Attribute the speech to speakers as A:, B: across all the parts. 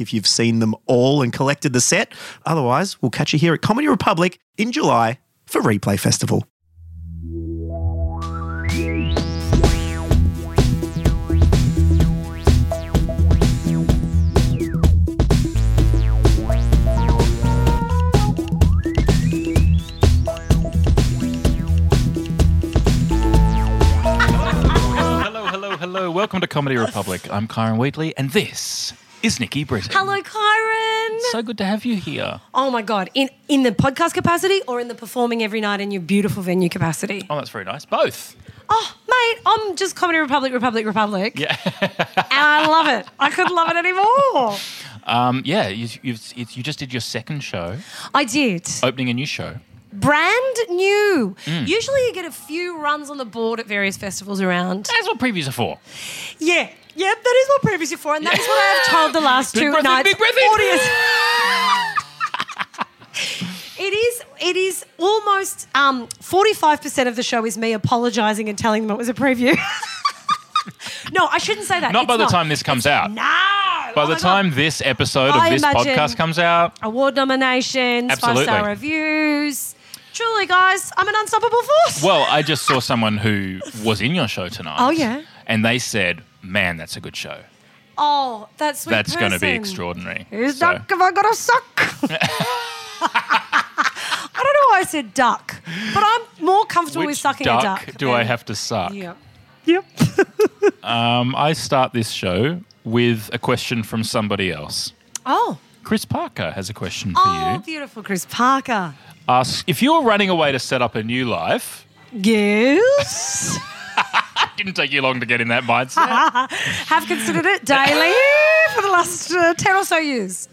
A: if you've seen them all and collected the set. Otherwise, we'll catch you here at Comedy Republic in July for Replay Festival.
B: Hello, hello, hello. Welcome to Comedy Republic. I'm Kyron Wheatley, and this is Nikki Britton.
C: Hello, Kyron.
B: So good to have you here.
C: Oh my God! In in the podcast capacity or in the performing every night in your beautiful venue capacity?
B: Oh, that's very nice. Both.
C: Oh, mate, I'm just Comedy Republic, Republic, Republic. Yeah, and I love it. I couldn't love it anymore.
B: Um, yeah, you, you've, it's, you just did your second show,
C: I did.
B: opening a new show.
C: Brand new.
B: Mm.
C: Usually, you get a few runs on the board at various festivals around.
B: That's what previews are for.
C: Yeah, yeah, that is what previously for, and that is what I have told the last
B: Big
C: two
B: breath in,
C: nights.
B: big breath in.
C: Audience. It is. It is almost um, forty-five percent of the show is me apologising and telling them it was a preview. no, I shouldn't say that.
B: Not
C: It's
B: by the time this comes out.
C: No.
B: By
C: Oh
B: the
C: my God.
B: time this episode of
C: I
B: this
C: imagine-
B: podcast comes out,
C: award nominations,
B: Absolutely.
C: five-star reviews. Truly, guys, I'm an unstoppable force.
B: well, I just saw someone who was in your show tonight.
C: Oh, yeah.
B: And they said, man, that's a good show.
C: oh, that's sweet
B: That's going to be
C: person.
B: extraordinary.
C: Who's
B: So-
C: duck have I got to suck? I don't know why I said duck, but I'm more comfortable with
B: Which
C: sucking
B: duck
C: a duck.
B: do
C: than-
B: I have to suck?
C: Yep.
B: Um, I start this show with a question from somebody else.
C: Oh.
B: Chris Parker has a question for
C: Oh,
B: you.
C: beautiful Chris Parker.
B: Asks if you were running away to set up a new life.
C: Yes.
B: Didn't take you long to get in that mindset.
C: have considered it daily for the last uh, 10 or so years.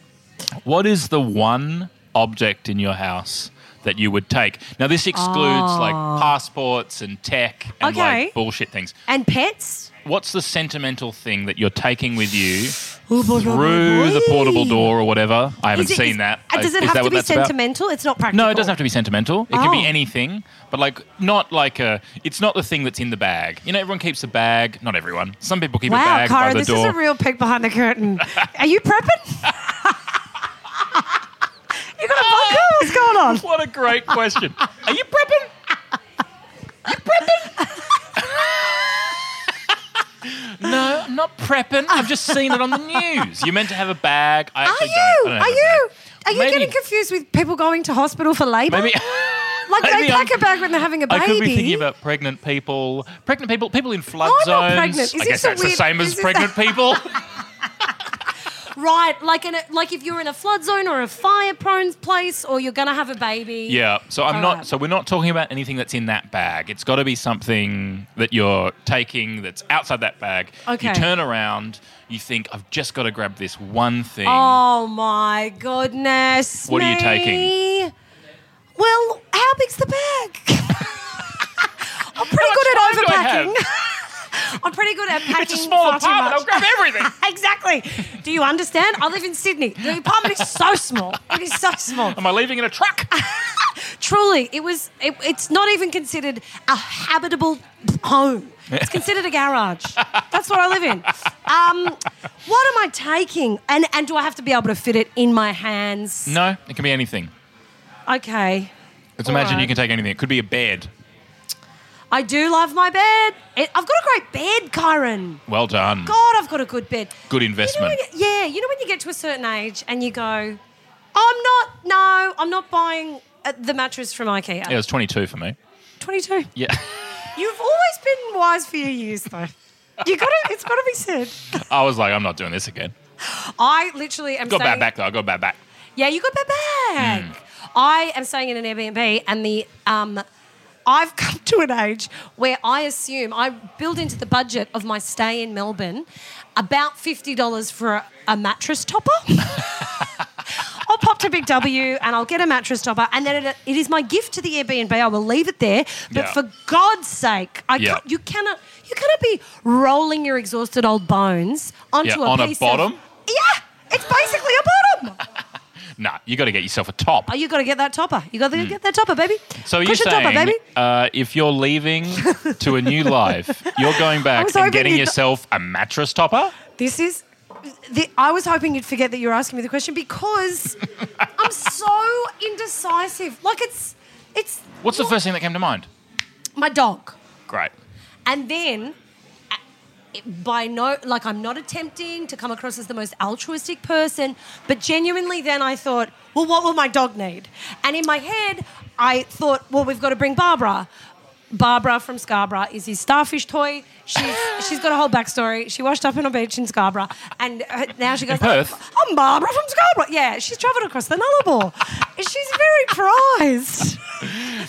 B: what is the one object in your house that you would take? Now this excludes like passports and tech and
C: Oh. Okay.
B: like bullshit things.
C: And pets?
B: What's the sentimental thing that you're taking with you
C: Oh, boy, boy, boy,
B: through the
C: boy.
B: portable door or whatever? I haven't
C: Is it-
B: seen
C: is-
B: that.
C: uh,
B: I-
C: Does it
B: is
C: have
B: that
C: to
B: what
C: be
B: that's about?
C: sentimental? It's not practical.
B: No, it doesn't have to be sentimental. It can be
C: Oh.
B: anything, but like not like a. It's not the thing that's in the bag. You know, everyone keeps a bag. Not everyone. Some people keep a
C: Wow,
B: bag by
C: Cara,
B: the
C: this
B: door.
C: is a real peek behind the curtain. Are you prepping? you got a vodka? What's going on?
B: what a great question. Are you prepping? You prepping? no, I'm not prepping. I've just seen it on the news. You're meant to have a bag. I
C: Are
B: actually
C: you?
B: Don't. I don't have
C: Are
B: a
C: you?
B: bag.
C: Are you
B: Maybe-
C: getting confused with people going to hospital for labour?
B: Maybe.
C: like
B: maybe
C: they pack
B: I'm-
C: a bag when they're having a baby.
B: I could be thinking about pregnant people, pregnant people, people in flood
C: I'm not
B: zones.
C: pregnant. Is
B: I
C: this
B: guess
C: a
B: that's the
C: weird-
B: same
C: is
B: as
C: this a-
B: pregnant people.
C: right, like in a, like if you're in a flood zone or a fire-prone place, or you're gonna have a baby.
B: Yeah. So I'm not.
C: Alright.
B: So we're not talking about anything that's in that bag. It's got to be something that you're taking that's outside that bag. You
C: Okay.
B: turn around. You think I've just got to grab this one thing.
C: Oh my goodness.
B: What are you
C: me. Well, how big's the bag? I'm pretty good
B: much time
C: at
B: do I
C: overpacking. I'm pretty good at packing.
B: it's a small
C: far too
B: apartment. I'll
C: much.
B: grab everything.
C: Exactly. Do you understand? I live in Sydney. The apartment is so small. It is so small.
B: Am I leaving in a truck?
C: Truly, it was. It, it's not even considered a habitable home. It's considered a garage. That's what I live in. Um, what am I taking? And and do I have to be able to fit it in my hands?
B: no, it can be anything.
C: Okay.
B: Let's imagine you
C: Alright.
B: can take anything. It could be a bed.
C: I do love my bed. It, I've got a great bed, Kyron.
B: Well done.
C: God, I've got a good bed.
B: Good
C: You know
B: investment.
C: when you- yeah, you know when you get to a certain age and you go, I'm not, no, I'm not buying uh, the mattress from IKEA.
B: yeah, it was 22 for me.
C: 22.
B: Yeah.
C: You've always been wise for your years, though. You got to, it's got to be said.
B: I was like, I'm not doing this again.
C: I literally am
B: Got bad
C: saying,
B: back though. I got bad back. Hmm.
C: Yeah, you got that back. I am staying in an Airbnb, and the um, I've come to an age where I assume I build into the budget of my stay in Melbourne about $50 for a, a mattress topper. I'll pop to Big W and I'll get a mattress topper, and then it, it is my gift to the Airbnb. I will leave it there, but
B: Yeah.
C: for God's sake, I
B: Yeah.
C: can't, you cannot you cannot be rolling your exhausted old bones onto
B: Yeah,
C: a
B: on a
C: piece of-
B: bottom?
C: yeah, it's basically a bottom.
B: Nah, you got to get yourself a top.
C: Oh, you got to get that topper. You got to get that topper, baby.
B: Hmm. So you're
C: Cushion
B: saying
C: topper, baby.
B: Uh, if you're leaving to a new life, you're going back
C: was hoping
B: and getting
C: you'd-
B: yourself a mattress topper?
C: This is. The, I was hoping you'd forget that you were asking me the question because I'm so indecisive. Like it's, it's
B: What's the first thing that came to mind?
C: my dog,
B: Great.
C: and then uh, it- by no, like I'm not attempting to come across as the most altruistic person, but genuinely, then I thought, well, what will my dog need? And in my head, I thought, well, we've got to bring Barbara. Barbara from Scarborough is his starfish toy. She's she's got a whole backstory. She washed up on a beach in Scarborough, and uh, now she goes.
B: Perth?
C: I'm Barbara from Scarborough. Yeah, she's travelled across the Nullarbor. she's very prized.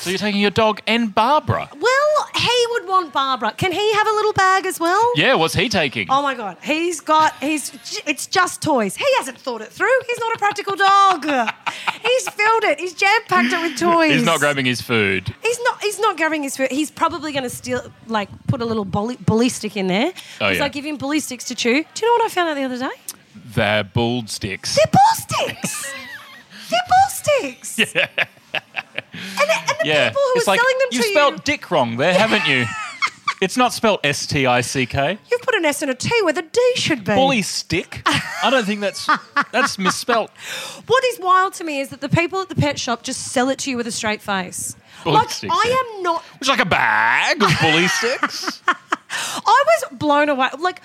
B: So you're taking your dog and Barbara.
C: Well, he would want Barbara. Can he have a little bag as well?
B: Yeah, what's he taking?
C: Oh my God, he's got, he's, it's just toys. He hasn't thought it through. He's not a practical dog. he's filled it, he's jam packed it with toys.
B: He's not grabbing his food.
C: He's not. He's not grabbing his food. He's probably going to steal, like, put a little bully, ballistic in there.
B: Oh,
C: He's
B: yeah.
C: like, give him ballistics to chew. Do you know what I found out the other day?
B: They're bald sticks.
C: They're ballistics. They're ballistics. Yeah. And the, and the
B: Yeah.
C: people who
B: it's
C: are
B: like,
C: selling them
B: you
C: to
B: spelled
C: you,
B: dick wrong there, haven't you? It's not spelled S T I C K.
C: you've put an S and a T where the D should be.
B: Bully stick? I don't think that's that's misspelled.
C: What is wild to me is that the people at the pet shop just sell it to you with a straight face.
B: Well,
C: like
B: it's-
C: I am not.
B: It's like a bag of bully sticks.
C: I was blown away. Like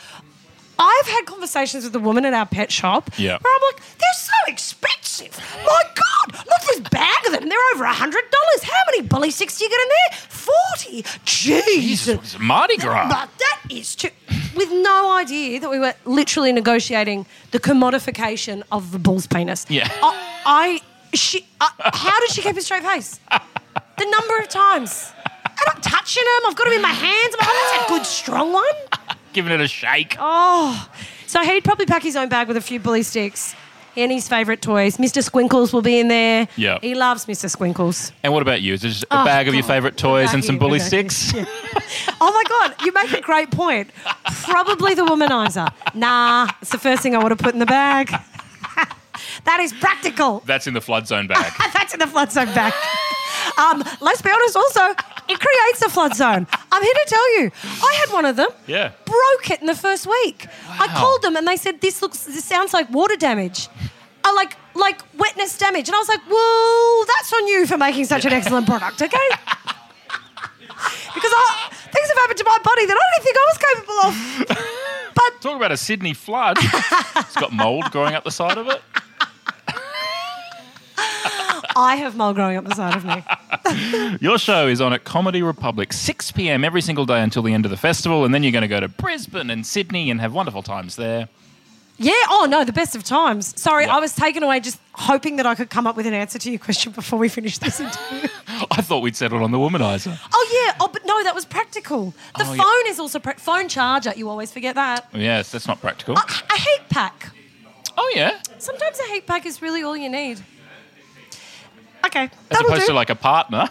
C: I've had conversations with a woman at our pet shop.
B: Yeah.
C: Where I'm like, they're so expensive. My God, look at this bag of them. They're over hundred dollars. How many bully sticks do you get in there? Forty.
B: Jesus,
C: Jesus.
B: it's Mardi Gras.
C: But that is too. With no idea that we were literally negotiating the commodification of the bull's penis.
B: Yeah.
C: I. I she. I, how did she keep a straight face? The number of times. And I'm touching him. I've got him in my hands. I'm like, oh, that's a good, strong one.
B: Giving it a shake.
C: Oh. So he'd probably pack his own bag with a few bully sticks. And his favourite toys. Mr. Squinkles will be in there.
B: Yeah.
C: He loves Mr. Squinkles.
B: And what about you? Is it just a bag of your favourite toys and some
C: Bag
B: bully
C: here.
B: sticks?
C: Oh my God, you make a great point. Probably the womanizer. Nah, it's the first thing I want to put in the bag. that is practical.
B: That's in the flood zone bag.
C: That's in the flood zone bag. Um, let's be honest, also, it creates a flood zone. I'm here to tell you, I had one of them.
B: Yeah.
C: Broke it in the first week. I
B: Wow.
C: called them and they said, This looks, this sounds like water damage. I like, like wetness damage. And I was like, Well, that's on you for making such an excellent product, okay? because I, things have happened to my body that I don't think I was capable of. But
B: Talk about a Sydney flood. it's got mould growing up the side of it.
C: I have mole growing up the side of me.
B: Your show is on at Comedy Republic, 6 p.m. every single day until the end of the festival, and then you're going to go to Brisbane and Sydney and have wonderful times there.
C: Yeah, oh no, the best of times. Sorry,
B: Yeah.
C: I was taken away just hoping that I could come up with an answer to your question before we finish this interview.
B: I thought we'd settled on the womanizer.
C: oh yeah, oh but no, that was practical. The
B: Oh,
C: phone
B: yeah.
C: is also prac phone charger. You always forget that.
B: Yes, that's not practical.
C: A, a heat pack.
B: Oh, yeah.
C: Sometimes a heat pack is really all you need. Okay,
B: As
C: that'll
B: opposed
C: do.
B: to like a partner.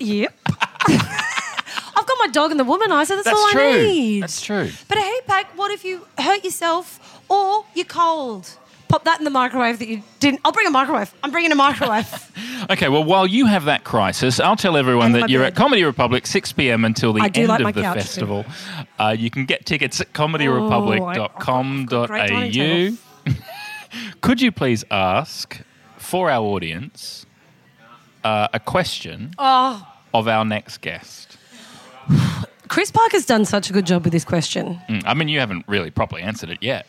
C: yep. I've got my dog and the womanizer. That's, all
B: That's
C: I
B: true.
C: need.
B: That's true.
C: But a heat pack, what if you hurt yourself or you're cold? Pop that in the microwave that you didn't. I'll bring a microwave. I'm bringing a microwave.
B: Okay, well, while you have that crisis, I'll tell everyone
C: And my
B: that you're
C: bed.
B: at Comedy Republic, 6 p.m. until the
C: I do
B: end
C: like my
B: of the
C: couch, too. Oh,
B: festival. Uh, you can get tickets at
C: I've got a great
B: comedyrepublic.com.au.
C: dining
B: Could you please ask for our audience uh, a question
C: oh.
B: of our next guest?
C: Chris Parker's done such a good job with this question.
B: Mm, I mean, you haven't really properly answered it yet.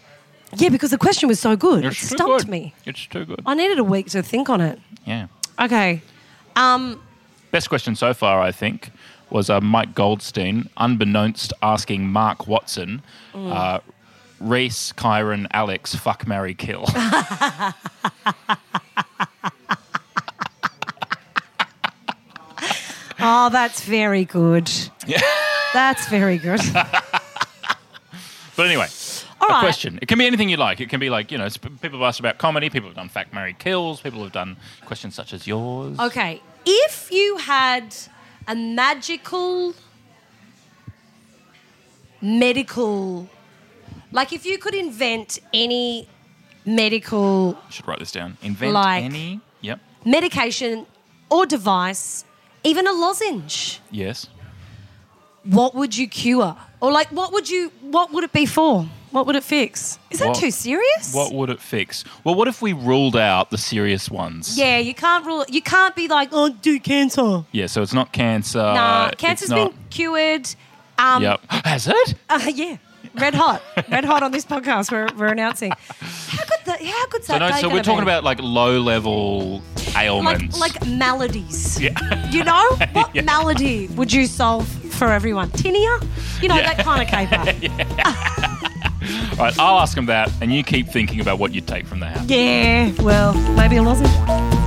C: Yeah, because the question was so good.
B: It's
C: it
B: too
C: stumped
B: good.
C: me.
B: It's too good.
C: I needed a week to think on it.
B: Yeah.
C: Okay. Um,
B: Best question so far, I think, was uh, Mike Goldstein, unbeknownst asking Mark Watson,
C: Mm.
B: uh, Reese, Kyron, Alex, fuck, Mary, kill.
C: Oh, that's very good. That's very good.
B: But anyway,
C: All
B: a
C: right.
B: question. It can be anything you like. It can be like, you know, sp- people have asked about comedy, people have done Fact Mary Kills, people have done questions such as yours.
C: Okay. If you had a magical medical like if you could invent any medical
B: I should write this down. Invent
C: Like-
B: any. Yep.
C: medication or device, even a lozenge,
B: Yes.
C: what would you cure? Or like what would you what would it be for? What would it fix? Is that
B: What-
C: too serious?
B: What would it fix? Well, what if we ruled out the serious ones?
C: yeah, you can't rule you can't be like, oh do cancer.
B: Yeah, so it's not cancer.
C: nah,
B: Uh, it's
C: cancer's
B: not-
C: been cured. Um,
B: Yep. Has it?
C: Uh, yeah, red hot, red hot on this podcast. We're, we're announcing. How could the, how good's
B: So,
C: that?
B: no,
C: day
B: so we're
C: gonna
B: talking
C: be?
B: about like low level
C: like
B: ailments.
C: like maladies.
B: yeah.
C: You know what
B: Yeah.
C: malady would you solve for everyone? Tinea, you know that kind of caper. yeah.
B: All right, I'll ask them that, and you keep thinking about what you'd take from that.
C: well, maybe a lozenge.